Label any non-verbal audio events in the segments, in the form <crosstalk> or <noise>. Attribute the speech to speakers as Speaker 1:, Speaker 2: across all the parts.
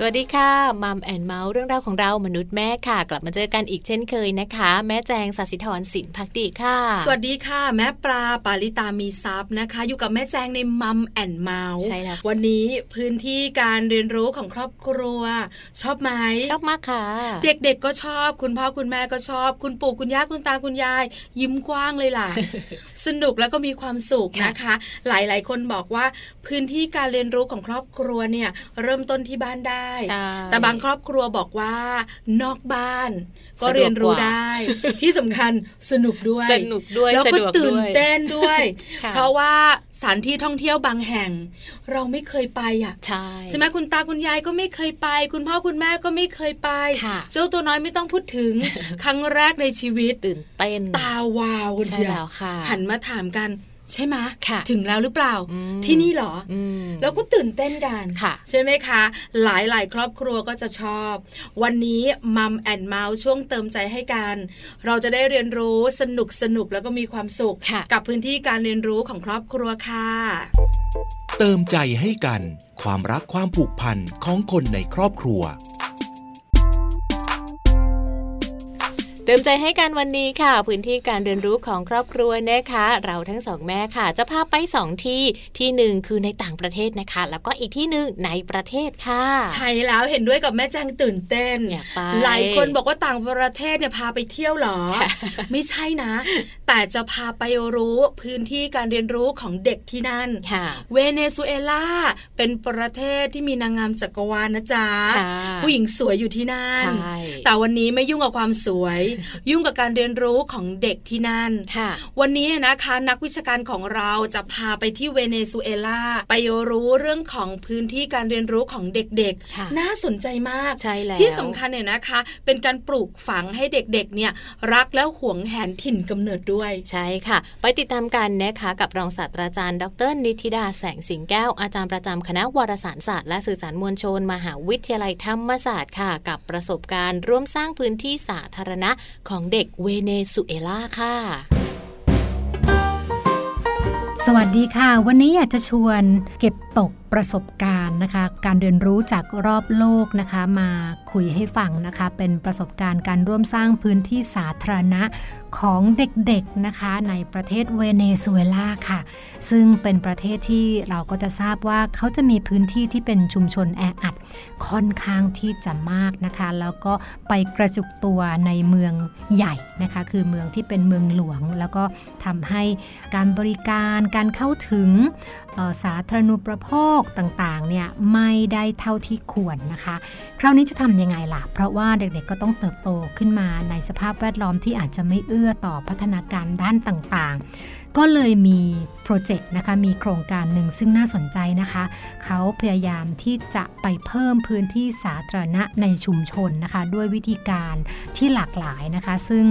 Speaker 1: สวัสดีค่ะมัมแอนเมาส์เรื่องราวของเรามนุษย์แม่ค่ะ กลับมาเจอกันอีกเช่นเคยนะคะ แม่แจงสัสิธรสินพักดีค่ะ
Speaker 2: สวัสดีค่ะ แม่ปลาปาลิตามีซับนะคะ อยู่กับแม่แจงในมัมแอนเมาส์
Speaker 1: ใช่แล้วค่ะ
Speaker 2: วันนี้พื้นที่การเรียนรู้ของครอบครัว ชอบไหม
Speaker 1: ชอบมากค่ะ
Speaker 2: เด็กๆก็ชอบ คุณพ่อคุณแม่ก็ชอบ คุณปู่คุณย่าคุณตาคุณยาย ยิ้มกว้างเลย
Speaker 1: <laughs>
Speaker 2: ล่ะ สนุกแล้วก็มีความสุขนะคะ หลายๆ คนบอกว่าพื้นที่การเรียนรู้ของครอบครัวเนี่ยเริ่มต้นที่บ้านได้
Speaker 1: ใช่
Speaker 2: แต่บางครอบครัวบอกว่านอกบ้าน ก็
Speaker 1: สะดวกกว่า
Speaker 2: เรียนรู้
Speaker 1: <laughs>
Speaker 2: ได้ ที่สำคัญสนุกด้วย
Speaker 1: สนุกด้วย
Speaker 2: แล้ว
Speaker 1: สะ
Speaker 2: ก็
Speaker 1: ดวก
Speaker 2: ตื่น
Speaker 1: ด้วย
Speaker 2: เต้นด้วย
Speaker 1: ค่ะ
Speaker 2: เพราะว่าสถานที่ท่องเที่ยวบางแห่ง เราไม่เคยไปอ่ะ
Speaker 1: ใช่
Speaker 2: ใช่ไหมคุณตาคุณยายก็ไม่เคยไป คุณพ่อคุณแม่ก็ไม่เคยไป
Speaker 1: ค่ะ
Speaker 2: เจ้าตัวน้อยไม่ต้องพูด
Speaker 1: <laughs>
Speaker 2: ถึง ครั้งแรกในชีวิต
Speaker 1: ตื่นเต้น
Speaker 2: ตาวาวคุณ
Speaker 1: ใช่
Speaker 2: เชีย
Speaker 1: แล้วค่ะ
Speaker 2: หันมาถามกัน ใช่ไหม
Speaker 1: ค่ะ
Speaker 2: ถึงแล้วหรือเปล่า
Speaker 1: อืม
Speaker 2: ที่นี่เหรอ
Speaker 1: อืม
Speaker 2: แล้วก็ตื่นเต้นกัน
Speaker 1: ค่ะ
Speaker 2: ใช่ไหมคะ หลายๆ ครอบครัวก็จะชอบ วันนี้มัมแอนเมาส์ช่วงเติมใจให้กัน เราจะได้เรียนรู้สนุกสนุกแล้วก็มีความสุข
Speaker 1: ค่ะ
Speaker 2: กับพื้นที่การเรียนรู้ของครอบครัวค่ะ
Speaker 3: เติมใจให้กัน ความรักความผูกพันของคนในครอบครัว
Speaker 1: เติมใจให้กันวันนี้ค่ะ พื้นที่การเรียนรู้ของครอบครัวนะคะ เราทั้งสองแม่ค่ะ จะพาไปสองที่ที่หนึ่งคือในต่างประเทศนะคะ แล้วก็อีกที่หนึ่งในประเทศค่ะ
Speaker 2: ใช่แล้วเห็นด้วยกับแม่แจงตื่นเต้น
Speaker 1: อยากไป
Speaker 2: หลายคนบอกว่าต่างประเทศเนี่ยพาไปเที่ยวเหรอ
Speaker 1: ค่ะ
Speaker 2: ไม่ใช่นะ แต่จะพาไปรู้พื้นที่การเรียนรู้ของเด็กที่นั่น
Speaker 1: ค่ะ
Speaker 2: เวเนซุเอลาเป็นประเทศที่มีนางงามจักรวาลนะจ๊ะ
Speaker 1: ค่ะ
Speaker 2: ผู้หญิงสวยอยู่ที่นั่น
Speaker 1: ใช่
Speaker 2: แต่วันนี้ไม่ยุ่งกับความสวย ยุ่งกับการเรียนรู้ของเด็กที่นั่น
Speaker 1: ค่ะ
Speaker 2: วันนี้นะคะนักวิชาการของเราจะพาไปที่เวเนซุเอลาไปรู้เรื่องของพื้นที่การเรียนรู้ของเด็ก
Speaker 1: ค่ะ
Speaker 2: ๆ น่าสนใจมาก
Speaker 1: ใช่แล้ว
Speaker 2: ที่สำคัญเนี่ยนะคะ เป็นการปลูกฝังให้เด็กๆ เนี่ยรักและหวงแหนถิ่นกำเนิดด้วย
Speaker 1: ใช่ค่ะ ไปติดตามกันนะคะกับรองศาสตราจารย์ ดร นิติดาแสงสิงแก้ว อาจารย์ประจำคณะวารสารศาสตร์และสื่อสารมวลชน มหาวิทยาลัยธรรมศาสตร์ค่ะ กับประสบการณ์ร่วมสร้างพื้นที่สาธารณะของเด็กเวเนซุเอลาค่ะ
Speaker 4: สวัสดีค่ะ วันนี้อยากจะชวนเก็บตกประสบการณ์นะคะ การเรียนรู้จากรอบโลกนะคะ มาคุยให้ฟังนะคะ เป็นประสบการณ์การร่วมสร้างพื้นที่สาธารณะของเด็กๆนะคะ ในประเทศเวเนซุเอลาค่ะ ซึ่งเป็นประเทศที่เราก็จะทราบว่าเขาจะมีพื้นที่ที่เป็นชุมชนแออัด ค่อนข้างที่จะมากนะคะ แล้วก็ไปกระจุกตัวในเมืองใหญ่นะคะ คือเมืองที่เป็นเมืองหลวง แล้วก็ทำให้การบริการการเข้าถึงเอ่อสาธารณูปโภคต่างๆเนี่ยไม่ได้เท่าที่ควรนะคะ คราวนี้จะทำยังไงล่ะ เพราะว่าเด็กๆก็ต้องเติบโตขึ้นมาในสภาพแวดล้อมที่อาจจะไม่เอื้อต่อพัฒนาการด้านต่างๆ ก็เลยมีโปรเจกต์นะคะ มีโครงการหนึ่งซึ่งน่าสนใจนะคะ เขาพยายามที่จะไปเพิ่มพื้นที่สาธารณะในชุมชนนะคะ ด้วยวิธีการที่หลากหลายนะคะ ซึ่ง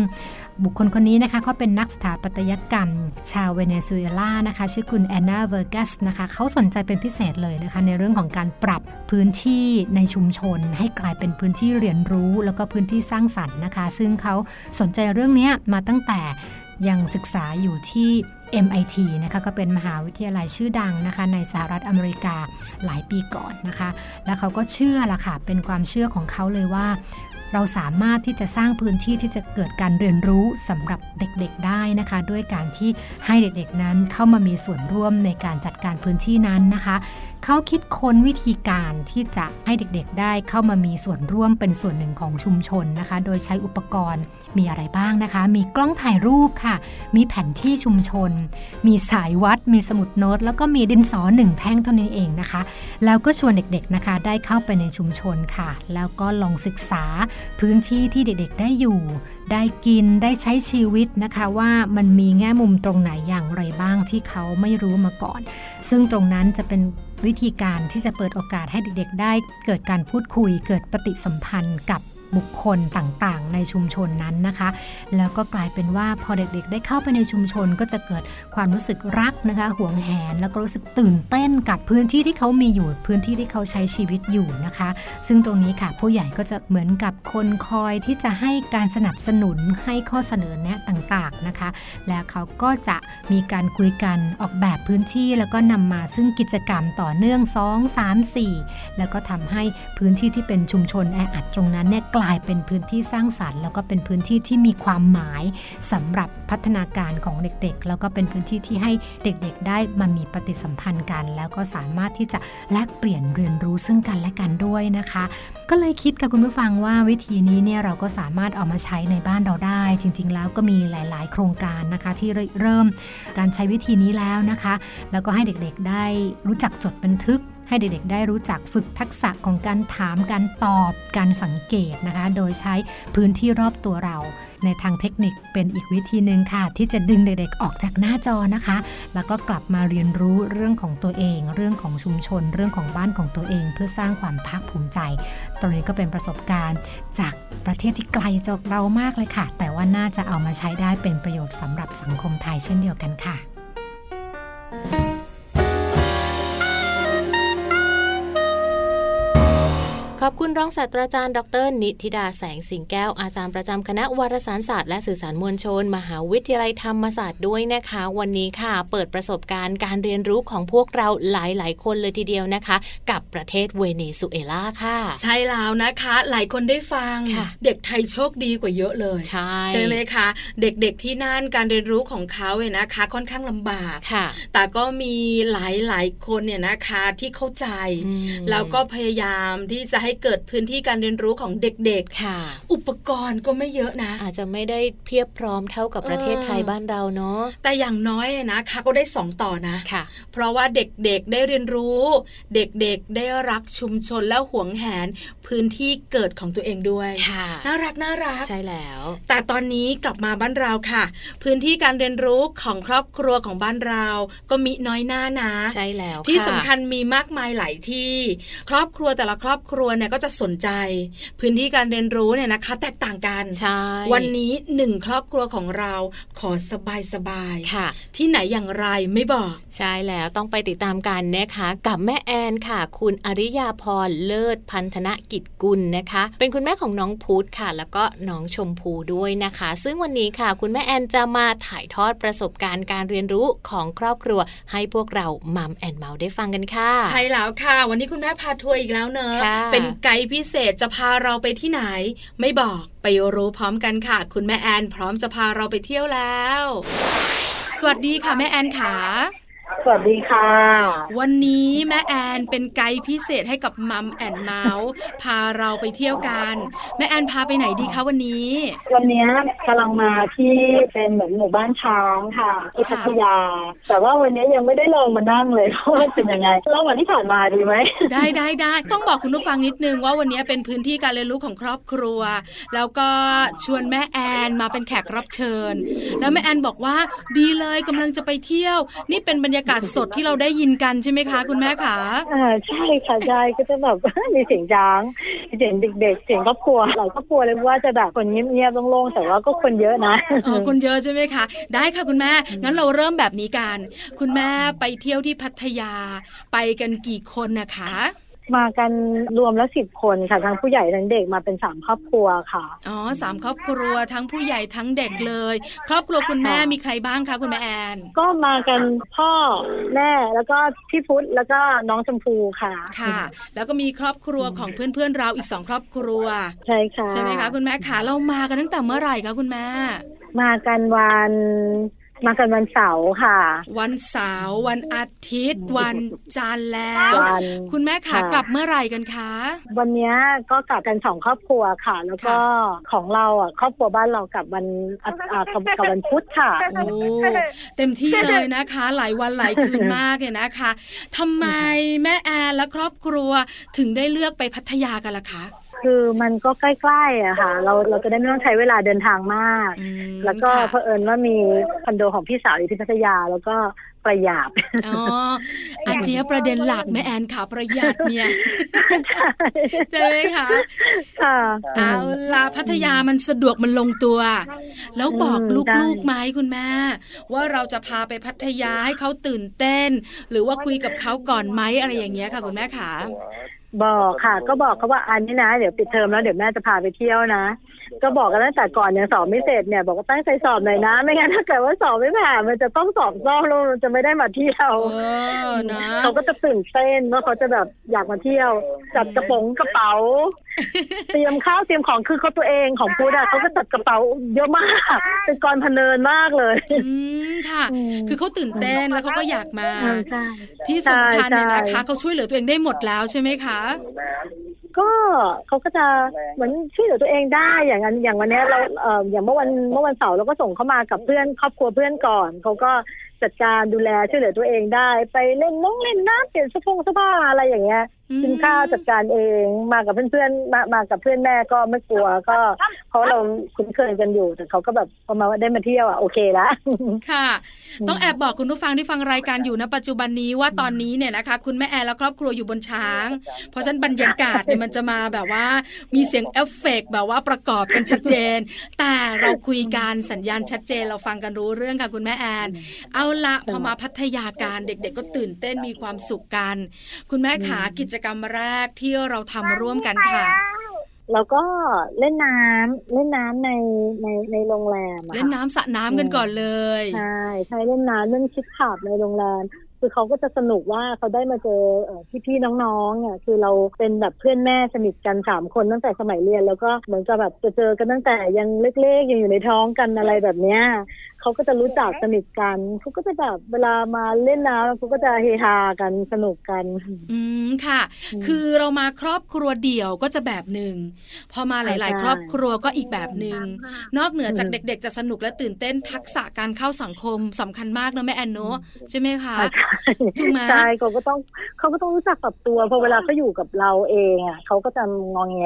Speaker 4: บุคคลคนนี้นะคะก็เป็นนักสถาปัตยกรรม ชาวเวเนซุเอลานะคะ ชื่อคุณแอนนาเวอร์กัสนะคะเขาสนใจเป็นพิเศษเลยนะคะ ในเรื่องของการปรับพื้นที่ในชุมชน ให้กลายเป็นพื้นที่เรียนรู้ แล้วก็พื้นที่สร้างสรรค์นะคะ ซึ่งเขาสนใจเรื่องเนี้ยมาตั้งแต่ ยังศึกษาอยู่ที่ MIT นะคะก็เป็นมหาวิทยาลัยชื่อดังนะคะ ในสหรัฐอเมริกาหลายปีก่อนนะคะ แล้วเขาก็เชื่อละค่ะ เป็นความเชื่อของเขาเลยว่า เราสามารถที่จะสร้างพื้นที่ที่จะเกิดการเรียนรู้สำหรับเด็กๆได้นะคะ ด้วยการที่ให้เด็กๆนั้นเข้ามามีส่วนร่วมในการจัดการพื้นที่นั้นนะคะ เขาคิดค้นวิธีการที่จะให้เด็กๆได้เข้ามามีส่วนร่วมเป็นส่วนหนึ่งของชุมชนนะคะ โดยใช้อุปกรณ์มีอะไรบ้างนะคะ มีกล้องถ่ายรูปค่ะ มีแผนที่ชุมชน มีสายวัด มีสมุดโน้ต แล้วก็มีดินสอหนึ่งแท่งเท่านั้นเองนะคะ แล้วก็ชวนเด็กๆนะคะ ได้เข้าไปในชุมชนค่ะ แล้วก็ลองศึกษาพื้นที่ที่เด็กๆ ได้อยู่ ได้กินได้ใช้ชีวิตนะคะ ว่ามันมีแง่มุมตรงไหนอย่างไรบ้างที่เขาไม่รู้มาก่อน ซึ่งตรงนั้นจะเป็นวิธีการที่จะเปิดโอกาสให้เด็กๆ ได้เกิดการพูดคุย เกิดปฏิสัมพันธ์กับ บุคคลต่างๆ ในชุมชนนั้นนะคะ แล้วก็กลายเป็นว่าพอเด็กๆ ได้เข้าไปในชุมชนก็จะเกิดความรู้สึกรักนะคะหวงแหนแล้วก็รู้สึกตื่นเต้นกับพื้นที่ที่เขามีอยู่พื้นที่ที่เขาใช้ชีวิตอยู่นะคะ ซึ่งตรงนี้ค่ะผู้ใหญ่ก็จะเหมือนกับคนคอยที่จะให้การสนับสนุนให้ข้อเสนอแนะต่างๆนะคะ และเขาก็จะมีการคุยกันออกแบบพื้นที่แล้วก็นำมาซึ่งกิจกรรมต่อเนื่อง 2 3 4 แล้วก็ทำให้พื้นที่ที่เป็นชุมชนแออัดตรงนั้นเนี่ยกลายเป็นพื้นที่สร้างสรรค์ แล้วก็เป็นพื้นที่ที่มีความหมายสำหรับพัฒนาการของเด็กๆ แล้วก็เป็นพื้นที่ที่ให้เด็กๆ ได้มามีปฏิสัมพันธ์กัน แล้วก็สามารถที่จะแลกเปลี่ยนเรียนรู้ซึ่งกันและกันด้วยนะคะ ก็เลยคิดกับคุณผู้ฟังว่าวิธีนี้เนี่ยเราก็สามารถเอามาใช้ในบ้านเราได้ จริง ๆ แล้วก็มีหลาย ๆ โครงการนะคะที่เริ่มการใช้วิธีนี้แล้วนะคะ แล้วก็ให้เด็กๆได้รู้จักจดบันทึก ให้เด็กๆ ได้รู้จักฝึกทักษะของการถามการตอบการสังเกตนะคะ โดยใช้พื้นที่รอบตัวเรา ในทางเทคนิคเป็นอีกวิธีหนึ่งค่ะ ที่จะดึงเด็กๆ ออกจากหน้าจอนะคะ แล้วก็กลับมาเรียนรู้เรื่องของตัวเอง เรื่องของชุมชน เรื่องของบ้านของตัวเอง เพื่อสร้างความภาคภูมิใจ ตรงนี้ก็เป็นประสบการณ์จากประเทศที่ไกลจากเรามากเลยค่ะ แต่ว่าน่าจะเอามาใช้ได้เป็นประโยชน์สำหรับสังคมไทยเช่นเดียวกันค่ะ
Speaker 1: ขอบคุณรองศาสตราจารย์ดร นิติดาแสงสิงแก้วอาจารย์ประจำคณะวารสารศาสตร์และสื่อสารมวลชน มหาวิทยาลัยธรรมศาสตร์ด้วยนะคะ วันนี้ค่ะ เปิดประสบการณ์การเรียนรู้ของพวกเราหลาย ๆ คนเลยทีเดียวนะคะ กับประเทศเวเนซุเอลาค่ะ
Speaker 2: ใช่แล้วนะคะ หลายคนได้ฟัง
Speaker 1: ค่ะ
Speaker 2: เด็กไทยโชคดีกว่าเยอะเลย
Speaker 1: ใช่
Speaker 2: ใช่ไหมคะเด็กๆที่นั่นการเรียนรู้ของเขาเนี่ยนะคะค่อนข้างลำบาก
Speaker 1: ค่ะ
Speaker 2: แต่ก็มีหลายๆคนเนี่ยนะคะที่เข้าใจ
Speaker 1: อืม
Speaker 2: แล้วก็พยายามที่จะให้เกิดพื้นที่การเรียนรู้ของเด็ก
Speaker 1: ค่ะ
Speaker 2: ๆ อุปกรณ์ก็ไม่เยอะนะ
Speaker 1: อาจจะไม่ได้เพียบพร้อมเท่ากับประเทศไทยบ้านเราเนาะ
Speaker 2: แต่อย่างน้อยนะคะก็ได้สองต่อนะ
Speaker 1: ค่ะ
Speaker 2: เพราะว่าเด็กๆได้เรียนรู้ เด็กๆได้รักชุมชนและหวงแหนพื้นที่เกิดของตัวเองด้วย
Speaker 1: ค่ะ
Speaker 2: น่ารักน่ารัก
Speaker 1: ใช่แล้ว
Speaker 2: แต่ตอนนี้กลับมาบ้านเราค่ะ พื้นที่การเรียนรู้ของครอบครัวของบ้านเรา ก็มีน้อยหน้านะ
Speaker 1: ใช่แล้ว
Speaker 2: ที่
Speaker 1: ะ
Speaker 2: สำคัญมีมากมายหลายที่ ครอบครัวแต่ละครอบครัวเนี่ยก็จะสนใจ พื้นที่การเรียนรู้เนี่ยนะคะ แตกต่างกัน
Speaker 1: ใช่
Speaker 2: วันนี้หนึ่งครอบครัวของเราขอสบายสบายๆ
Speaker 1: ค่ะ
Speaker 2: ที่ไหนอย่างไรไม่บอก
Speaker 1: ใช่แล้วต้องไปติดตามกันนะคะกับแม่แอนค่ะ คุณอริยาพรเลิศพันธนกิจกุลนะคะ เป็นคุณแม่ของน้องพุธค่ะ แล้วก็น้องชมพูด้วยนะคะ ซึ่งวันนี้ค่ะ คุณแม่แอนจะมาถ่ายทอดประสบการณ์การเรียนรู้ของครอบครัว ให้พวกเรามัมแอนเมาได้ฟังกันค่ะ
Speaker 2: ใช่แล้วค่ะ วันนี้คุณแม่พาทัวร์อีกแล้วเนอะ
Speaker 1: ค่ะ
Speaker 2: เป็นไกด์พิเศษจะพาเราไปที่ไหน ไม่บอกไปรู้พร้อมกันค่ะ คุณแม่แอนพร้อมจะพาเราไปเที่ยวแล้ว สวัสดีค่ะแม่แอนค่ะ
Speaker 5: สวัสดีค่ะ
Speaker 2: วันนี้แม่แอนเป็นไกด์พิเศษให้กับมัมแอนเมาส์พาเราไปเที่ยวกัน แม่แอนพาไปไหนดีคะวันนี้
Speaker 5: วันเนี้ยกำลังมาที่เป็นเหมือนหมู่บ้านช้างค่ะที่พัทยา แต่ว่าวันเนี้ยยังไม่ได้ลองมานั่งเลยว่ามันเป็นยังไงลองวันที่ผ่านมาดีไหม
Speaker 2: ได้ได้ได้ต้องบอกคุณผู้ฟังนิดนึงว่าวันนี้เป็นพื้นที่การเรียนรู้ของครอบครัว แล้วก็ชวนแม่แอนมาเป็นแขกรับเชิญ แล้วแม่แอนบอกว่าดีเลยกำลังจะไปเที่ยว นี่เป็นบรรยากาศสดที่เราได้ยินกันใช่ไหมคะ คุณแม่คะ
Speaker 5: อ่าใช่ค่ะใช่ก็จะแบบ <laughs> มีเสียงจ้างมีเสียงเด็กๆเสียงครอบครัวหลายครอบครัวเลยว่าจะแบบคนเงียบๆโล่งๆแต่ว่าก็คนเยอะนะ
Speaker 2: เออคนเยอะใช่ไหมคะ ได้ค่ะคุณแม่งั้นเราเริ่มแบบนี้กันคุณแม่ไปเที่ยวที่พัทยา ไปกันกี่คนนะคะ
Speaker 5: มากันรวมแล้วสิบคนค่ะทั้งผู้ใหญ่ทั้งเด็กมาเป็นสามครอบครัวค่ะ
Speaker 2: อ๋อสามครอบครัวทั้งผู้ใหญ่ทั้งเด็กเลย ครอบครัวคุณแม่มีใครบ้างคะคุณแม่แอน
Speaker 5: ก็มากันพ่อแม่แล้วก็พี่พุธแล้วก็น้องชมพูค่ะ
Speaker 2: ค่ะ แล้วก็มีครอบครัวของเพื่อนๆเราอีกสองครอบครัว
Speaker 5: ใช่ค่ะ
Speaker 2: ใช่ไหมคะคุณแม่ขาเรามากันตั้งแต่เมื่อไหร่คะคุณแม่
Speaker 5: มากันวันมากันวันเสาร์ค่ะ
Speaker 2: วันเสาร์วันอาทิตย์ วันจันทร์แล้ว
Speaker 5: วัน
Speaker 2: คุณแม่ขา
Speaker 5: ค่ะ
Speaker 2: กลับเมื่อไหร่กันคะ
Speaker 5: วันเนี้ยก็กลับกันสองครอบครัวค่ะ แล้วก็ของเราอ่ะครอบครัวบ้านเรากลับวันอ่ะอ่ะกับกับวันพุธค่ะ
Speaker 2: โอ้เต็มที่เลยนะคะ หลายวันหลายคืนมากเนี่ยนะคะทำไมแม่แอนและครอบครัวถึงได้เลือกไปพัทยากันล่ะคะ
Speaker 5: คือมันก็ใกล้ๆอะค่ะ เราเราจะได้ไม่ต้องใช้เวลาเดินทางมาก
Speaker 2: อืม
Speaker 5: แล้วก็เผ
Speaker 2: ค่ะ
Speaker 5: อิญว่ามีคอนโดของพี่สาวอยู่ที่พัทยาแล้วก็ประหยัด
Speaker 2: อ๋ออันเนี้ยประเด็นหลักแม่แอนค่ะประหยัดเนี่ยใช่ไหมคะ
Speaker 5: <laughs> ค่ะ
Speaker 2: เอาลาพัทยามันสะดวกมันลงตัว แล้วบอกลูกๆไหมคุณแม่ ว่าเราจะพาไปพัทยาให้เขาตื่นเต้น หรือว่าคุยกับเขาก่อนไหมอะไรอย่างเงี้ยค่ะ คุณแม่ขา
Speaker 5: บอกค่ะ ก็บอกเขาว่าอันนี้นะ เดี๋ยวปิดเทอมแล้วเดี๋ยวแม่จะพาไปเที่ยวนะ ก็บอกกันตั้งแต่ก่อนยังสอบไม่เสร็จเนี่ย บอกว่าตั้งใจสอบหน่อยนะ ไม่งั้นถ้าเกิดว่าสอบไม่ผ่านมันจะต้องสอบซ่อมแล้วมันจะไม่ได้มาเที่ยว
Speaker 2: เออนะ
Speaker 5: เขาก็จะตื่นเต้นว่าเขาจะแบบอยากมาเที่ยว จัดกระโป๋องกระเป๋า เตรียมข้าวเตรียมของคือเขาตัวเองของพูดอะเขาก็จัดกระเป๋าเยอะมากเป็นกรพเนินมากเลย
Speaker 2: อืมค่ะ คือเขาตื่นเต้นแล้วเขาก็อยากมา
Speaker 5: ใช่
Speaker 2: ที่สำคัญเนี่ยนะ
Speaker 5: ใช่
Speaker 2: คะเขาช่วยเหลือตัวเองได้หมดแล้วใช่ไหมคะ
Speaker 5: ก็เขาก็จะเหมือนช่วยเหลือตัวเองได้อย่างนั้นอย่างวันเนี้ยเราเอ่ออย่างเมื่อวันเมื่อวันเสาร์เราก็ส่งเขามากับเพื่อนครอบครัวเพื่อนก่อนเขาก็จัดการดูแลช่วยเหลือตัวเองได้ ไปเล่นน้องเล่นน้ำเปลี่ยนเสื้อผงเสื้อผ้าอะไรอย่างเงี้ย กินข้าวจัดการเองมากับเพื่อนๆมามากับเพื่อนแม่ก็ไม่กลัวก็เพราะเราคุ้นเคยกันอยู่แต่เขาก็แบบพอมาว่าได้มาเที่ยวอ่ะโอเคละ <laughs>
Speaker 2: ค่ะ ต้องแอบบอกคุณผู้ฟังที่ฟังรายการอยู่นะปัจจุบันนี้ว่าตอนนี้เนี่ยนะคะ คุณแม่แอนและครอบครัวอยู่บนช้าง เพราะฉะนั้นบรรยากาศเนี่ยมันจะมาแบบว่า มีเสียงเอฟเฟกต์แบบว่าประกอบกันชัดเจน แต่เราคุยกันสัญญาณชัดเจนเราฟังกันรู้เรื่องค่ะคุณแม่แอนเอาละพอมาพัทยาการเด็ก ๆ ก็ตื่นเต้นมีความสุขกัน คุณแม่ขากิจกรรมแรกที่เราทำร่วมกันค่ะ
Speaker 5: แล้วก็เล่นน้ำเล่นน้ำในในในโรงแรมอะ
Speaker 2: เล่น
Speaker 5: ค่ะ
Speaker 2: น้ำสระน้ำกันก่อนเลย
Speaker 5: ใช่ใช่เล่นน้ำเล่นคิดขาบในโรงแรมคือเขาก็จะสนุกว่าเขาได้มาเจอเอ่อพี่ๆน้องๆเนี่ยคือเราเป็นแบบเพื่อนแม่สนิทกันสามคนตั้งแต่สมัยเรียน แล้วก็เหมือนกับแบบจะเจอกันตั้งแต่ยังเล็กๆยังอยู่ในท้องกันอะไรแบบเนี้ยเขาก็จะรู้จักสนิทกันเขาก็จะแบบเวลามาเล่นน้ำเขาก็จะเฮฮากันสนุกกัน
Speaker 2: อืมค่ะ
Speaker 5: อืม
Speaker 2: คือเรามาครอบครัวเดี่ยวก็จะแบบหนึ่ง พอมาหลาย ๆ
Speaker 5: ใช่
Speaker 2: ครอบครัวก็อีกแบบหนึ่ง นอกเหนือจาก
Speaker 5: อืม
Speaker 2: เด็ก ๆ จะสนุกและตื่นเต้นทักษะการเข้าสังคมสำคัญมากนะแม่แอนเนอะใช่ไหมคะ ถูกไหม
Speaker 5: ใช่เขาก็ต้องเขาก็ต้องรู้จักปรับตัวเพอเวลาเขาอยู่กับเราเองอ่ะเขาก็จะงองแง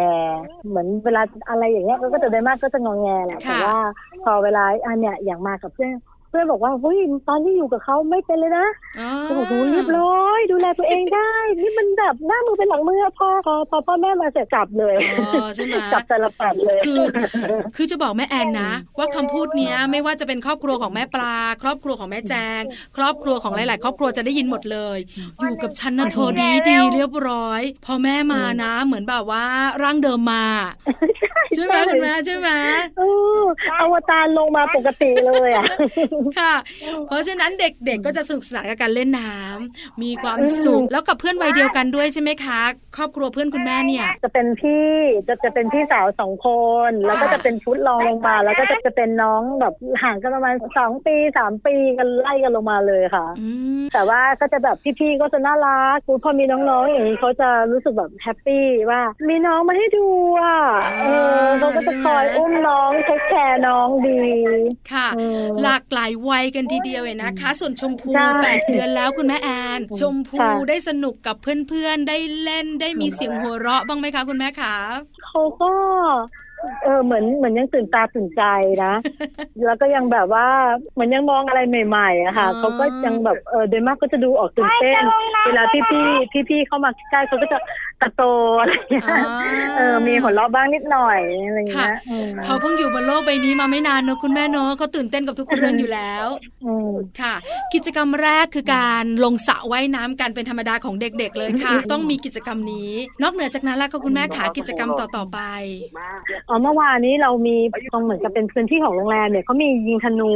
Speaker 5: เหมือนเวลาอะไรอย่างเงี้ยเขาก็จะได้มากก็จะงองแงแหละ
Speaker 2: ค่ะ
Speaker 5: แต่ว่าพอเวลาอันเนี้ยอย่างมากับเพื่อนเพื่อนบอกว่าเฮ้ยตอนที่อยู่กับเขาไม่เป็นเลยนะ
Speaker 2: อ๋อ
Speaker 5: โอ้โหเรียบร้อยดูแลตัวเองได้ นี่มันแบบหน้ามือเป็นหลังมือพอพอพอพ่อแม่มาเสร็จจับเลย
Speaker 2: อ๋อใช่ไหม
Speaker 5: จับแต่ละปัดเลย
Speaker 2: คือ คือจะบอกแม่แอนนะ ว่าคำพูดเนี้ยไม่ว่าจะเป็นครอบครัวของแม่ปลา ครอบครัวของแม่แจง ครอบครัวของหลาย ๆ ครอบครัวจะได้ยินหมดเลย อยู่กับฉันนะเธอดีดีเรียบร้อย พอแม่มานะ เหมือนแบบว่าร่างเดิมมา ใช่ไหม
Speaker 5: ใช่
Speaker 2: คุณแม่ใช่ไหม
Speaker 5: เอออวตารลงมาปกติเลยอ่ะ
Speaker 2: ค่ะ เพราะฉะนั้นเด็กๆก็จะสนุกสนานกับการเล่นน้ำมีความ
Speaker 5: อืม
Speaker 2: สุขแล้วกับเพื่อนวัยเดียวกันด้วยใช่ไหมคะ ครอบครัวเพื่อนคุณแม่เนี่ย
Speaker 5: จะเป็นพี่จะจะเป็นพี่สาวสองคน แล้วก็จะเป็นชุดรองลงมา แล้วก็จะจะเป็นน้องแบบห่างกันประมาณสองปีสามปีกันไล่กันลงมาเลยค่ะ
Speaker 2: อืม
Speaker 5: แต่ว่าก็จะแบบพี่ๆก็จะน่ารักพอมีน้องๆอย่างนี้เขาจะรู้สึกแบบแฮปปี้ว่า มีน้องมาให้ดูอ่ะเออเขาก็จะคอยอุ้มน้องเทคแคร์น้องดี
Speaker 2: ค่ะ
Speaker 5: อืม
Speaker 2: หลากหลายวัยกันทีเดียวเลยนะคะ ส่วนชมพู
Speaker 5: ใช่
Speaker 2: แปดเดือนแล้วคุณแม่แอนชมพู
Speaker 5: ค่ะ
Speaker 2: ได้สนุกกับเพื่อนๆ ได้เล่นได้มีเสียงหัวเราะบ้างไหมคะคุณแม่คะ
Speaker 5: เขาก็เออเหมือนเหมือนยังตื่นตาตื่นใจนะ <laughs> แล้วก็ยังแบบว่าเหมือนยังมองอะไรใหม่ๆอะค่ะเขาก็ยังแบบเออโดยมากก็จะดูออกตื่นเต้น เวลาพี่พี่พี่พี่ๆเข้ามาใกล้เขาก็จะตะโตอะไรอย่างเงี้ย
Speaker 2: อ่า
Speaker 5: เออมีหัวเราะบ้างนิดหน่อยอะไรอย่างเงี้ย
Speaker 2: ค่ะ
Speaker 5: อืม
Speaker 2: เขาเพิ่งอยู่บนโลกใบนี้มาไม่นานเนอะคุณแม่เนอะเขาตื่นเต้นกับทุกเรื่องอยู่แล้ว
Speaker 5: อืม
Speaker 2: ค่ะ กิจกรรมแรกคือการลงสระว่ายน้ำกันเป็นธรรมดาของเด็ก ๆ เลยค่ะ ต้องมีกิจกรรมนี้ นอกเหนือจากนั้นแล้วค่ะคุณแม่ขากิจกรรมต่อๆไป
Speaker 5: อ๋อเมื่อวานนี้เรามีตรงเหมือนกับเป็นพื้นที่ของโรงแรมเนี่ยเขามียิงธนู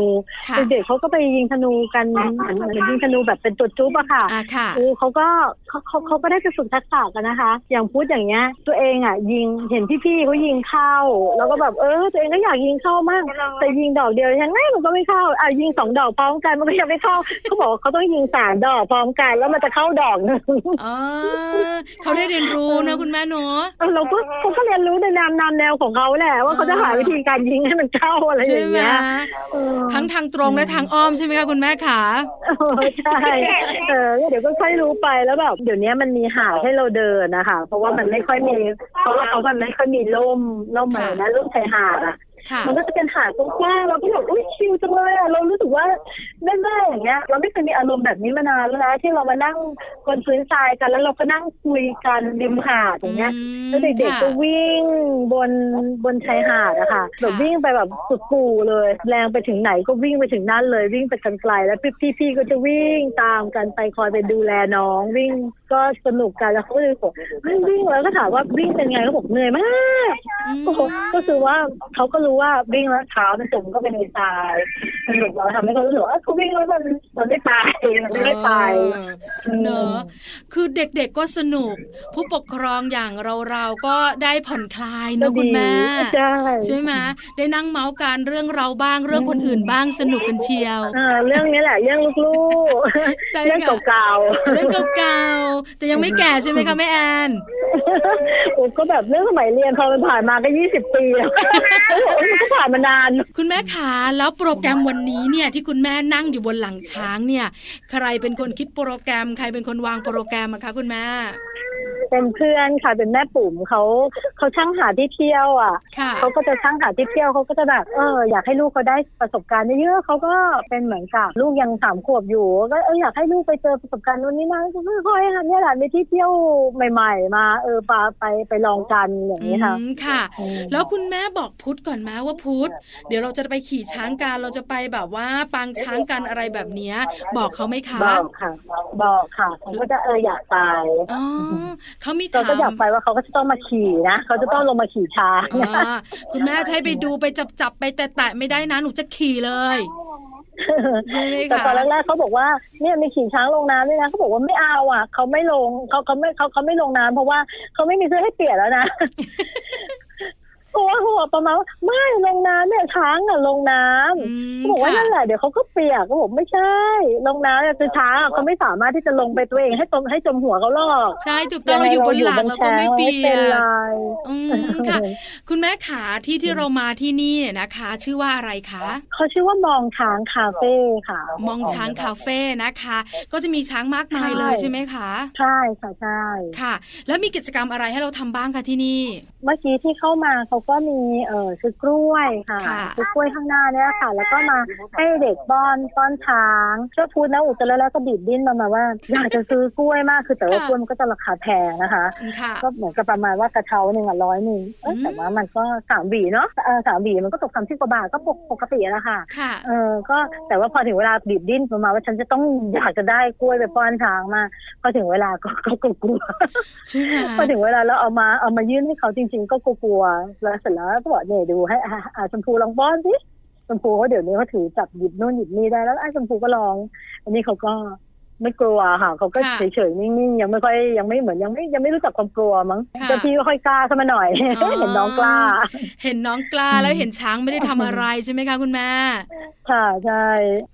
Speaker 2: ค่ะ
Speaker 5: เด็กๆเขาก็ไปยิงธนูกันเหมือนเหมือนยิงธนูแบบเป็นตัวจุ๊บอะค่ะ
Speaker 2: อ่าค่ะ
Speaker 5: โอ้เขาก็เขาเขาเขาก็ได้ไปฝึกทักษะกันนะคะ อย่างพูดอย่างเงี้ย ตัวเองอ่ะ ยิงเห็นพี่ๆเขายิงเข้า แล้วก็แบบเออ ตัวเองก็อยากยิงเข้ามากแต่ยิงดอกเดียวยังไงมันก็ไม่เข้าอ่ะยิงสองดอกพร้อมกันมันก็ยังไม่เข้า เขาบอกว่าเขาต้องยิงสามดอกพร้อมกัน แล้วมันจะเข้าดอกหนึง
Speaker 2: เออเขาได้เรียนรู้นะคุณแม่เนอะ
Speaker 5: เออเราก็เขาก็เรียนรู้ในนามนามแนวของเขาแหละว่าเขาจะหาวิธีการยิงให้มันเข้าอะไรอ
Speaker 2: ใช่
Speaker 5: ย่าง
Speaker 2: ไหม
Speaker 5: เงี้ยเออ
Speaker 2: ทั้งทางตรงและทางอ้อมใช่ไหมคะคุณแม่ขา
Speaker 5: เออใช่เออเดี๋ยวก็ค่อยรู้ไปแล้วแบบเดี๋ยวนี้มันมีหาดให้เราเดินนะคะเพราะว่ามันไม่ค่อยมี เพราะว่าเขามันไม่ค่อยมีร่มร่มอะไรนะร่มชายหาดอ่ะ
Speaker 2: ค่ะ
Speaker 5: มันก็จะเป็นหาดกว้างๆเราก็แบบอุ้ยชิลจังเลยอ่ะเรารู้สึกว่าแม่ๆอย่างเงี้ย เราไม่เคยมีอารมณ์แบบนี้มานานแล้วนะที่เรามานั่งบนพื้นทรายกันแล้วเราก็นั่งคุยกันริมหาดอย่างเงี้ย แล้วเด็กๆก็วิ่งบนบนชายหาดอะค่ะแบบวิ่งไปแบบสุดกูเลย แรงไปถึงไหนก็วิ่งไปถึงนั่นเลย วิ่งไปกันไกลแล้วพี่ๆก็จะวิ่งตามกันไปคอยไปดูแลน้อง วิ่งก็สนุกกันแล้วเขาก็เลยบอกเฮ้ยวิ่งแล้วก็ถามว่าวิ่งเป็นไงก็บอกเหนื่อยมากโอ้โหก็คือว่าเขาก็รู้ว่าวิ่งแล้วเท้ามันจมก็ไปในทรายสนุกเราทำให้เขารู้สึกว่าเอ้ยกูวิ่งแล้วมันมันไม่ตายมันไม่ได้ตาย
Speaker 2: เออเนอะคือเด็กๆก็สนุก ผู้ปกครองอย่างเราๆก็ได้ผ่อนคลายเนอะคุณแม่
Speaker 5: ใช่
Speaker 2: ใช่ไหมได้นั่งเมาส์การเรื่องเราบ้างเรื่องคนอื่นบ้างสนุกกันเชียว
Speaker 5: อ่าเรื่องนี้แหละเรื่องลูก
Speaker 2: ใช่
Speaker 5: ๆ เรื่อง
Speaker 2: ค่ะ
Speaker 5: เก่าๆ
Speaker 2: เรื่องเก่าๆแต่ยังไม่แก่ใช่ไหมคะแม่แอน
Speaker 5: ผมก็แบบเรื่องสมัยเรียนพอมันผ่านมาก็ยี่สิบปีแล้ว มันก็ผ่านมานาน
Speaker 2: คุณแม่ขาแล้วโปรแกรมวันนี้เนี่ยที่คุณแม่นั่งอยู่บนหลังช้างเนี่ย ใครเป็นคนคิดโปรแกรม ใครเป็นคนวางโปรแกรมอะคะคุณแม่
Speaker 5: เป็นเพื่อนค่ะเป็นแม่ปุ๋มเขาเขาช่างหาที่เที่ยวอ่ะ
Speaker 2: ค่ะ
Speaker 5: เขาก็จะช่างหาที่เที่ยวเขาก็จะแบบเอออยากให้ลูกเขาได้ประสบการณ์เยอะๆเขาก็เป็นเหมือนกับลูกยังสามขวบอยู่ก็เอออยากให้ลูกไปเจอประสบการณ์นู่นนี่นั่นก็ค่อยๆค่ะเนี่ยแหละมีที่เที่ยวใหม่ ๆ มาเออไปไปไปลองกันอย่างนี้ค่ะ
Speaker 2: อืมค่ะ แล้วคุณแม่บอกพุธก่อนไหมว่าพุธเดี๋ยวเราจะไปขี่ช้างกันเราจะไปแบบว่าปางช้างกันอะไรแบบเนี้ยบอกเขาไหมคะ
Speaker 5: บอกค่ะ บอกค่ะผมก็จะเอออยากไป
Speaker 2: อ๋อเขามี
Speaker 5: เรา
Speaker 2: ถา
Speaker 5: ก็อยาม กไปว่าเขาก็จะต้องมาขี่นะเขาจะต้องลงมาขี่ช้าง
Speaker 2: อ๋
Speaker 5: <laughs>
Speaker 2: อคุณแม่ใช้ไปดูไปจับจับๆไปแตะแตะๆไม่ได้นะหนูจะขี่เลยใช่ไหม
Speaker 5: แต่
Speaker 2: คะ
Speaker 5: ตอนแรกๆเขาบอกว่าเนี่ยมีขี่ช้างลงน้ำด้วยนะเขาบอกว่าไม่เอาอ่ะเขาไม่ลงเขาเขาไม่เขาเขาไม่ลงน้ำเพราะว่าเขาไม่มีเสื้อให้เปียกแล้ว
Speaker 2: <laughs>
Speaker 5: นะกลัวหัวประมาณว่าไม่ลงน้ำเนี่ยช้างอ่ะลงน้ำ
Speaker 2: อืม
Speaker 5: เขาบอกว่า
Speaker 2: ค่ะ
Speaker 5: นั่นแหละเดี๋ยวเขาก็เปียกเขาบอกไม่ใช่ ลงน้ำเนี่ยคือช้างอ่ะเขาไม่สามารถที่จะลงไปตัวเองให้จมให้จมหัวเขาหรอก
Speaker 2: ใช่ถูกต้องเราอยู่บนหลังเราก็ไม่เปี
Speaker 5: ไม่เป็
Speaker 2: ย
Speaker 5: นไร
Speaker 2: กอืมค่ะ คุณแม่ขาที่ที่เรามาที่นี่เนี่ยนะคะ ชื่อว่าอะไรคะ
Speaker 5: เขาชื่อว่ามองช้างคาเฟ่ค่ะ
Speaker 2: มองช้างคาเฟ่นะคะ ก็จะมีช้างมากมายเลย
Speaker 5: ใช่
Speaker 2: ใช่ไหมคะ
Speaker 5: ใช่ค่ะใช่
Speaker 2: ค่ะ แล้วมีกิจกรรมอะไรให้เราทำบ้างคะที่นี่
Speaker 5: เมื่อกี้ที่เข้ามาเขาก็มีเออซื้อกล้วยค่ะ
Speaker 2: ค่ะ
Speaker 5: ซื้อกล้วยข้างหน้าเนี่ยค่ะ แล้วก็มาให้เด็กป้อนป้อนช้างช่วยพูดนะอุจจาระแล้วก็บีบดิ้นมามาว่า อยากจะซื้อกล้วยมากคือแต่ว่ากล้วยมันก็จะราคาแพงนะคะ
Speaker 2: ค่ะ
Speaker 5: ก็เหมือนกับประมาณว่ากระเช้าหนึ่งอ่ะร้อยหนึ่งเอ้ย
Speaker 2: อืม
Speaker 5: แต่ว่ามันก็สามหวีเนาะเออสามหวีมันก็ตกสามสิบกว่าบาทก็ปกปกติแล้วค่ะ
Speaker 2: ค่ะ
Speaker 5: เออ ก็แต่ว่าพอถึงเวลาบีบดิ้นประมาณว่าฉันจะต้องอยากจะได้กล้วยไปป้อนช้างมา พอถึงเวลาก็ <laughs> ก็ก็กลัว
Speaker 2: ใช่ไหม
Speaker 5: พอถึงเวลาแล้วเอามาเอามายื่นให้เขาจริง ๆ ก็กลัวๆแล้วเสร็จแล้วก็บอกเนี่ยดูให้อ่ะอ่ะชมพูลองป้อนสิชมพูเขาเดี๋ยวนี้เขาถือจับหยิบนู่นหยิบนี่ได้แล้วไอ้ชมพูก็ลอง อันนี้เขาก็ไม่กลัวค่ะเขาก็เฉยๆนิ่งๆยังไม่ค่อยยังไม่เหมือนยังไม่ยังไม่รู้จักความกลัวมั้ง
Speaker 2: ค่ะ
Speaker 5: เจ้าพี่ก็ค่อยกล้าเข้ามาหน่อย
Speaker 2: อ๋อ
Speaker 5: <laughs> เห็นน้องกล้า
Speaker 2: เห็นน้องกล้าแล้วเห็นช้างไม่ได้ทำอะไรใช่ไหมคะคุณแม่
Speaker 5: ค่ะใช่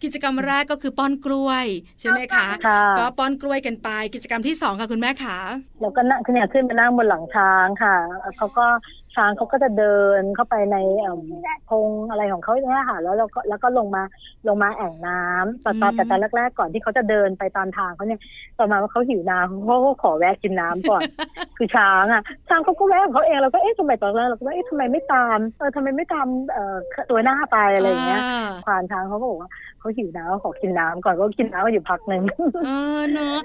Speaker 2: กิจกรรมแรกก็คือป้อนกล้วยใช่ไหมคะ
Speaker 5: ค่ะ
Speaker 2: ก็ป้อนกล้วยกันไป กิจกรรมที่สองค่ะคุณแม่ขา
Speaker 5: แล้วก็นั่งขึ้นเนี่ยขึ้นมานั่งบนหลังช้างค่ะแล้วเขาก็ช้างเขาก็จะเดินเข้าไปในเอิ่มพงอะไรของเขาเนี่ยค่ะแล้วเราก็แล้วก็ลงมา ลงมาแอ่งน้ำตอนตอน
Speaker 2: อืม
Speaker 5: แต่ตอนแรกๆก่อนที่เขาจะเดินไปตามทางเขาเนี่ยต่อมาว่าเขาหิวน้ำเขาก็ขอแวะกินน้ำ
Speaker 2: <laughs>
Speaker 5: ก่อน คือช้างอ่ะช้างเขาก็แวะของเขาเองเราก็เอ๊ะทำไมตอนแรกเราก็ว่าเอ๊ะทำไมไม่ตามเออทำไมไม่ตามเอ่อตัวหน้าไปอะไรอย่างเงี้ย
Speaker 2: <laughs> อ่า
Speaker 5: ควานช้างเขาก็บอกว่าเขาหิวน้ำเขาขอกินน้ำก่อนก็กินน้ำกันอยู่พักหนึ่ง
Speaker 2: เออเนอะ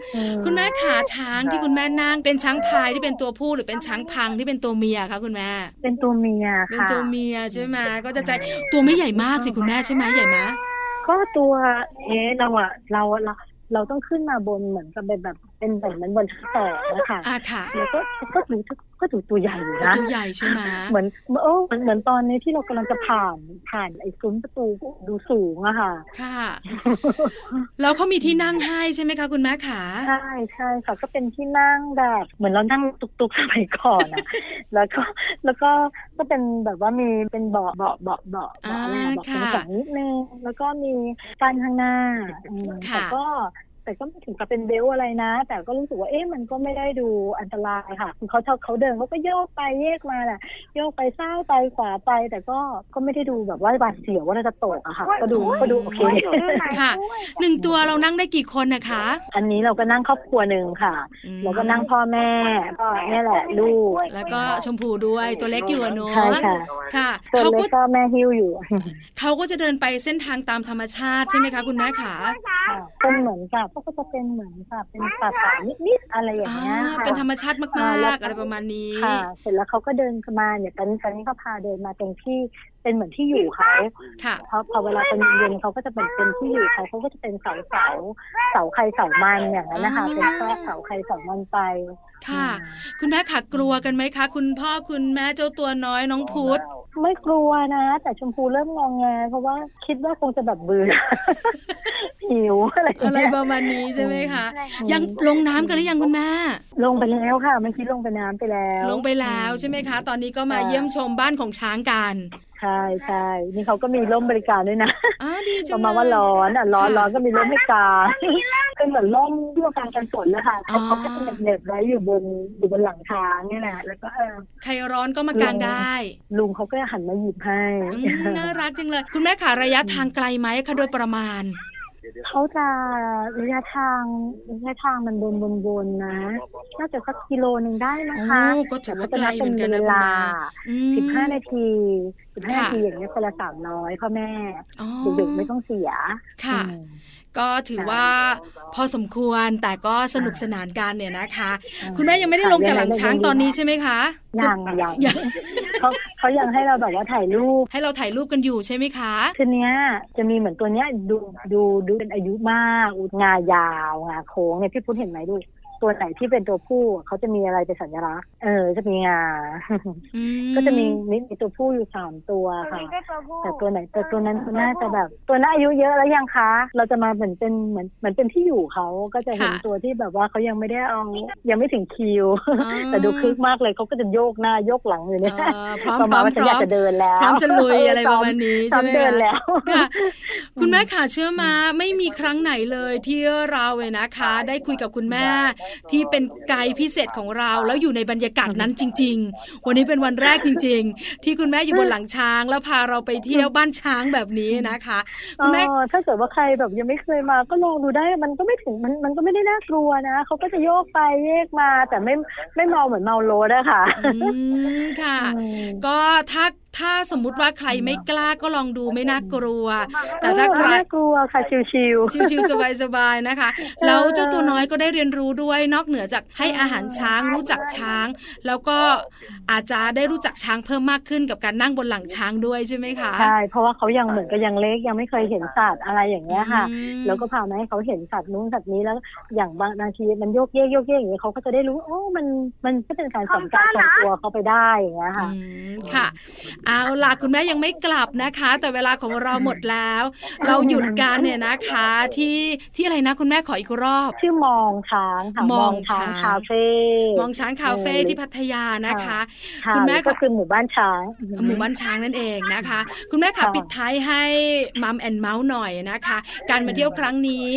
Speaker 2: คุณแม่ขาช้างที่คุณแม่นั่งเป็นช้างพายที่เป็นตัวผู้หรือเป็นช้างพังที่เป็นตัวเมียคะคุณแม่
Speaker 5: <laughs> เป็นตัวเมีย
Speaker 2: เป็น
Speaker 5: ค่ะ
Speaker 2: ตัวเมียใช่ไหมก็จะใจตัวไม่ใหญ่มากสิคุณแม่ใช่ไหมใหญ่ไหม
Speaker 5: ก็ตัวเอ๊ะเราอะเราเราเราต้องขึ้นมาบนเหมือนกับเป็นแบบเป็นแบบเหมือนบนชั้นสองนะคะ
Speaker 2: อ่ะค่ะ
Speaker 5: แล้วก็ก็ดูก็ดูตัวใหญ่อยู่นะ
Speaker 2: ตัวใหญ่ใช่ไหม
Speaker 5: เหมือนเออเหมือนเหมือนตอนนี้ที่เรากำลังจะผ่านผ่านไอ้ซุ้มประตูดูสูงอะค่ะ
Speaker 2: ค่ะ แล้วเขามีที่นั่งให้ใช่ไหมคะคุณแม่ขา
Speaker 5: ใช่ใช่ค่ะก็เป็นที่นั่งแบบ เหมือนเรานั่งตุกๆสมัยก่อนอะ แล้วก็แล้วก็ก็เป็นแบบว่ามีเป็นเบาะเบาะเบาะเบาะเบาะอะไรอะเบาะเป็นสองนิดนึงแล้วก็มีกันข้างหน้าอืมแต่ก็ แต่ก็ไม่ถึงกับเป็นเบลต์อะไรนะ แต่ก็รู้สึกว่าเอ๊ะมันก็ไม่ได้ดูอันตรายค่ะเขาเขาเขาเดินเขาก็โยกไปเยกมาแหละโยกไปซ้ายไปขวาไป แต่ก็ก็ไม่ได้ดูแบบว่าบาดเสียวว่าเราจะตกอะค่ะ ก็ดูก็ดูโอเค
Speaker 2: ค่ะ หนึ่งตัวเรานั่งได้กี่คนนะคะ
Speaker 5: อันนี้เราก็นั่งครอบครัวหนึ่งค่ะ
Speaker 2: อืม
Speaker 5: แล้วก็นั่งพ่อแม่ก็เนี่ยแหละลูก
Speaker 2: แล้วก็ชมพูด้วยตัวเล็กอยู่อะเนอะ
Speaker 5: ใช่ค่ะ
Speaker 2: ค่ะ
Speaker 5: ส่วน
Speaker 2: เขาก็
Speaker 5: เล็กก็แม่ฮิ้วอยู่
Speaker 2: เขาก็จะเดินไปเส้นทางตามธรรมชาติใช่ไหมคะคุณแม่ขา
Speaker 5: เป็นเหมือนกับก็จะเป็นเหมือนกับเป็นป่าป่านิดๆอะไรอย่าง
Speaker 2: อ่า
Speaker 5: เงี้ยค่ะ
Speaker 2: เป็นธรรมชาติ
Speaker 5: อ่าม
Speaker 2: ากๆ
Speaker 5: แล้วก็
Speaker 2: อะไรประมาณนี้
Speaker 5: ค่ะ เสร็จแล้วเขาก็เดินมาเนี่ยตอนนี้ตอนนี้เขาพาเดินมาตรงที่เป็นเหมือนที่อยู่เขา
Speaker 2: ค่ะ
Speaker 5: เพราะพอเวลาเป็นเย็นเขาก็จะเป็นเป็นที่อยู่เขาเขาก็จะเป็นเสาเสาเสาใครเสามันอย่างนั้นนะคะ
Speaker 2: อ่า
Speaker 5: เป็นแค่เสาใครเสามันไป
Speaker 2: ค่ะ คุณแม่ขากลัวกันไหมคะ คุณพ่อคุณแม่เจ้าตัวน้อยน้องพุธ
Speaker 5: ไม่กลัวนะ แต่ชมพูเริ่มงองแงเพราะว่าคิดว่าคงจะแบบเบื่อ <laughs> หิวอะไรอย่าง
Speaker 2: อะไร
Speaker 5: เงี้ย
Speaker 2: ประมาณนี้ใช่ไหมคะ
Speaker 5: ใช่ค่ะ
Speaker 2: ยังลงน้ำกันหรือยังคุณแม่
Speaker 5: ลงไปแล้วค่ะเมื่อกี้ลงไปน้ำไปแล้ว
Speaker 2: ลงไปแล้วใช่ไหมคะ ตอนนี้ก็มา
Speaker 5: ค่ะ
Speaker 2: เยี่ยมชมบ้านของช้างกัน
Speaker 5: ใช่ใช่นี่เขาก็มีร่มบริการด้วยนะ
Speaker 2: อ่าดีจั
Speaker 5: ป
Speaker 2: ง
Speaker 5: ระ
Speaker 2: เล
Speaker 5: มาณว่าย ร้อนอ่ะร้อน
Speaker 2: ค่ะ
Speaker 5: ร้อนก็มีร่มให้กางเป็นเหมือนร่มที่เรากางกันฝนนะคะ
Speaker 2: อ๋อ
Speaker 5: เขาเขาก็จะเหน็บๆไว้อยู่บนอยู่บนหลังคาเนี่ยแหละแล้วก็เออ
Speaker 2: ใครร้อนก็มากางได้
Speaker 5: ลุงเขาก็หันมาหยิบให้
Speaker 2: อืมน่ารักจังเลย คุณแม่ขาระยะทางไกลไหมคะโดยประมาณ
Speaker 5: เขาจะระยะทางระยะทางมันวนวนวนๆนะน่าจะสักกิโลหนึ่งได้นะคะ
Speaker 2: โอ้ก็ถือว่าไกล
Speaker 5: แต่
Speaker 2: เหมือนกันนะ
Speaker 5: เว
Speaker 2: คุณ
Speaker 5: ลา
Speaker 2: ตา อืม
Speaker 5: สิบห้านาทีสิบห้า
Speaker 2: ค่ะ
Speaker 5: นาทีอย่างเงี้ยคนละสามร้อยพ่อแม่
Speaker 2: อ๋อ
Speaker 5: เด็กๆไม่ต้องเสีย
Speaker 2: ค่ะ
Speaker 5: อืม
Speaker 2: ก็ถือว่า พอสมควรแต่ก็สนุกสนานกันเนี่ยนะคะ
Speaker 5: อืม
Speaker 2: คุณแม่ยังไม่ได้ลงจากหลังช้างตอนนี้ใช่ไหมคะ
Speaker 5: ยังยัง
Speaker 2: ยัง
Speaker 5: เขาเขายังให้เราแบบว่าถ่ายรูป
Speaker 2: ให้เราถ่ายรูปกันอยู่ใช่ไหมคะ
Speaker 5: ทีเนี้ยจะมีเหมือนตัวเนี้ยดูดูดูเป็นอายุมากงายาวงาโค้งเนี่ยพี่พุทธเห็นไหมดูกตัวไหนที่เป็นตัวผู้อะเขาจะมีอะไรเป็นสัญลักษณ์เออ จะมีงา
Speaker 2: อื
Speaker 5: ก็จะมีมีมีตัวผู้อยู่สามตัวค่ะ แต่ตัวไหนแต่ตัวนั้นตัวน่าจะแบบ ตัวน่าอายุเยอะแล้วยังคะ เราจะมาเหมือนเป็นเหมือนเหมือนเป็นที่อยู่เขาก็จะเห็นตัวที่แบบว่าเขายังไม่ได้เอายังไม่ถึงคิว
Speaker 2: อ๋อ
Speaker 5: แต่ดูคึกมากเลยเขาก็จะโยกหน้าโยกหลังอยู่เนี่ย
Speaker 2: เออพร้อม
Speaker 5: ประมาณว่า
Speaker 2: พ
Speaker 5: ฉั
Speaker 2: ร้
Speaker 5: น
Speaker 2: อม
Speaker 5: อยากจะเดินแล้ว
Speaker 2: พร้อมจะลุยอะไรประมาณนี้
Speaker 5: ซ้
Speaker 2: ใช่
Speaker 5: อม
Speaker 2: ไหม
Speaker 5: เดินแล้ว
Speaker 2: ค่ะ คุณแม่ขาเชื่อมาไม่มีครั้งไหนเลยที่เราเว้นะคะ ได้คุยกับคุณแม่ ที่เป็นไกด์พิเศษของเราแล้วอยู่ในบรรยากาศนั้นจริง ๆ วันนี้เป็นวันแรกจริง ๆ ที่คุณแม่อยู่บนหลังช้าง แล้วพาเราไปเที่ยวบ้านช้างแบบนี้นะคะ คุณแม่
Speaker 5: เออถ้าเกิดว่าใครแบบยังไม่เคยมาก็ลองดูได้มันก็ไม่ถึงมันมันก็ไม่ได้น่ากลัวนะเขาก็จะโยกไปเยกมา แต่ไม่ไม่เมาเหมือนเมารถอะค่ะ
Speaker 2: อืมค่ะ
Speaker 5: อืม
Speaker 2: ก็ถ้าถ้าสมมุติว่าใครไม่กล้าก็ลองดูไม่น่ากลัว แต่ถ้า
Speaker 5: เออ
Speaker 2: ใคร
Speaker 5: น่กลัวค่ะชิว
Speaker 2: ชิวๆสบายๆนะคะแล้วเจ้าตัวน้อยก็ได้เรียนรู้ด้วยนอกเหนือจากให้อาหารช้างรู้จักช้าง แล้วก็อาจจะได้รู้จักช้างเพิ่มมากขึ้นกับการนั่งบนหลังช้างด้วยใช่ไหมคะ
Speaker 5: ๆ ใช่เพราะว่าเขายังเหมือนกับยังเล็กยังไม่เคยเห็นสัตว์อะไรอย่างเงี้ยค่ะ
Speaker 2: อืม
Speaker 5: แล้วก็พามาให้เขาเห็นสัตว์นู้นสัตว์นี้แล้วอย่างบางนาทีมันโยกเยกโยกเยกอย่างเงี้ยเขาก็จะได้รู้ว่าโอ้มันมันก็เป็นการสอนการสอนตัวเขาไปได้อย่างเงี้ย
Speaker 2: อื
Speaker 5: ค่ะ
Speaker 2: มค่ะ เอาล่ะคุณแม่ยังไม่กลับนะคะ แต่เวลาของเราหมดแล้ว เราหยุดกันเนี่ยนะคะ ที่ที่อะไรนะคุณแม่ขออีกรอบ
Speaker 5: ชื่อมองช้างค่ะ
Speaker 2: มองช้าง
Speaker 5: คาเฟ่
Speaker 2: มองช้างคาเฟ่ที่พัทยานะคะ
Speaker 5: ะ
Speaker 2: คุณแม่ค่ะ
Speaker 5: ก็คือหมู่บ้านช้าง
Speaker 2: หมู่บ้านช้างนั่นเองนะคะ คุณแม่ค่ะ
Speaker 5: ค่ะ
Speaker 2: ปิดท้ายให้มัมแอนเมาส์หน่อยนะคะ การมาเที่ยวครั้งนี้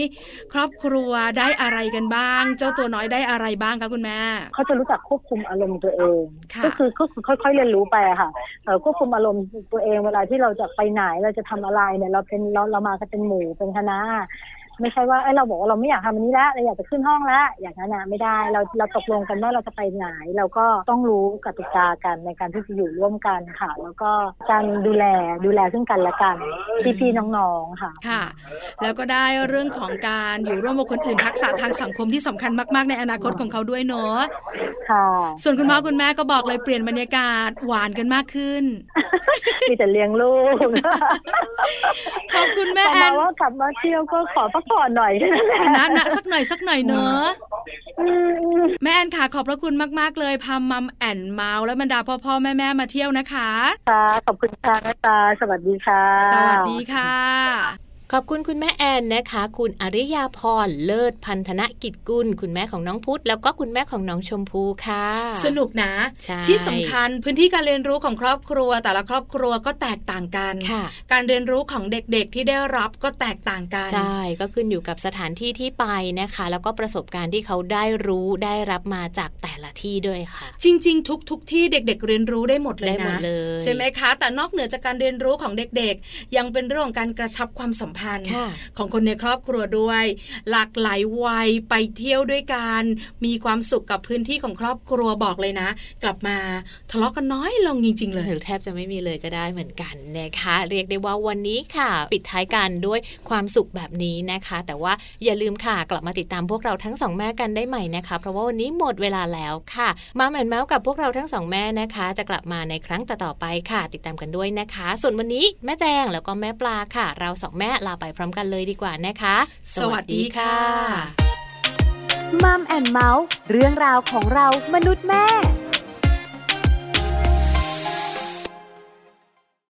Speaker 2: ครอบครัวได้อะไรกันบ้าง เจ้าตัวน้อยได้อะไรบ้างคะคุณแม่
Speaker 5: เขาจะรู้จักควบคุมอารมณ์ตัวเอง
Speaker 2: ค่ะ
Speaker 5: ก็คือก็คือค่อยๆเรียนรู้ไปอะค่ะเอ่อควบคุมอารมณ์ตัวเองเวลาที่เราจะไปไหนเราจะทำอะไรเนี่ยเราเป็นเราเรามากันเป็นหมู่เป็นคณะไม่ใช่ว่าเอ้ยเราบอกว่าเราไม่อยากทำอันนี้แล้วเราอยากจะขึ้นห้องแล้วอย่างนั้นนะไม่ได้เราเราตกลงกันว่าเราจะไปไหน เราก็ต้องรู้กติกากันในการที่จะอยู่ร่วมกันค่ะ แล้วก็การดูแลดูแลซึ่งกันและกันพี่ๆน้องๆค่ะ
Speaker 2: ค่ะ แล้วก็ได้เรื่องของการอยู่ร่วมกับคนอื่นทักษะทางสังคมที่สำคัญมากๆในอนาคตของเขาด้วยเนาะ
Speaker 5: ค่ะ
Speaker 2: ส่วนคุณพ่อคุณแม่ก็บอกเลยเปลี่ยนบรรยากาศหวานกันมากขึ้น
Speaker 5: มีแต่เลี้ยงลูก
Speaker 2: ขอบคุณแม่
Speaker 5: ประ
Speaker 2: แอ
Speaker 5: <laughs> มาน ว่ากลับมาเที่ยวก็ขอพักผ่อนหน่อยแค่นั้นแหละ
Speaker 2: นะนะสักหน่อยสักหน่อยเนอะ แม่แอนค่ะขอบพระคุณมากๆเลยพามัมแอนเมาส์และบรรดาพ่อพ่อๆแม่แม่ๆมาเที่ยวนะคะ
Speaker 5: ค่ะขอบคุณค่ะน้าตา สวัสดีค่ะ
Speaker 2: สวัสดีค่ะ
Speaker 1: ขอบคุณคุณแม่แอนนะคะ คุณอริยาพรเลิศพันธนกิจกุล คุณแม่ของน้องพุธแล้วก็คุณแม่ของน้องชมพูค่ะ
Speaker 2: สนุกนะ
Speaker 1: ใช่
Speaker 2: ที่สำคัญพื้นที่การเรียนรู้ของครอบครัว แต่ละครอบครัวก็แตกต่างกัน
Speaker 1: ค่ะ
Speaker 2: การเรียนรู้ของเด็กๆที่ได้รับก็แตกต่างกัน
Speaker 1: ใช่ก็ขึ้นอยู่กับสถานที่ที่ไปนะคะ แล้วก็ประสบการณ์ที่เขาได้รู้ได้รับมาจากแต่ละที่ด้วยค่ะ
Speaker 2: จริง ๆ ทุกๆทที่เด็ก ๆ เรียนรู้ได้หมดเลย
Speaker 1: ได้
Speaker 2: นะ
Speaker 1: หมดเลย
Speaker 2: ใช่ไหมคะ แต่นอกเหนือจากการเรียนรู้ของเด็กๆ ยังเป็นเรื่องของการกระชับความสัมพันธ์
Speaker 1: ค่ะ
Speaker 2: ของคนในครอบครัวด้วย หลากหลายวัยไปเที่ยวด้วยกันมีความสุขกับพื้นที่ของครอบครัวบอกเลยนะ กลับมาทะเลาะกันน้อยลงจริง ๆ เลย
Speaker 1: หรือแทบจะไม่มีเลยก็ได้เหมือนกันนะคะ เรียกได้ว่าวันนี้ค่ะ ปิดท้ายกันด้วยความสุขแบบนี้นะคะ แต่ว่าอย่าลืมค่ะกลับมาติดตามพวกเราทั้งสองแม่กันได้ใหม่นะคะ เพราะว่าวันนี้หมดเวลาแล้วค่ะ มาแมนเมาส์กับพวกเราทั้งสองแม่นะคะ จะกลับมาในครั้งต่อๆไปค่ะ ติดตามกันด้วยนะคะ ส่วนวันนี้แม่แจงแล้วก็แม่ปลาค่ะ เราสองแม่ลาไปพร้อมกันเลยดีกว่านะคะ
Speaker 2: สวัสดีค่ะ
Speaker 6: มัมแอนเมาส์เรื่องราวของเรามนุษย์แม่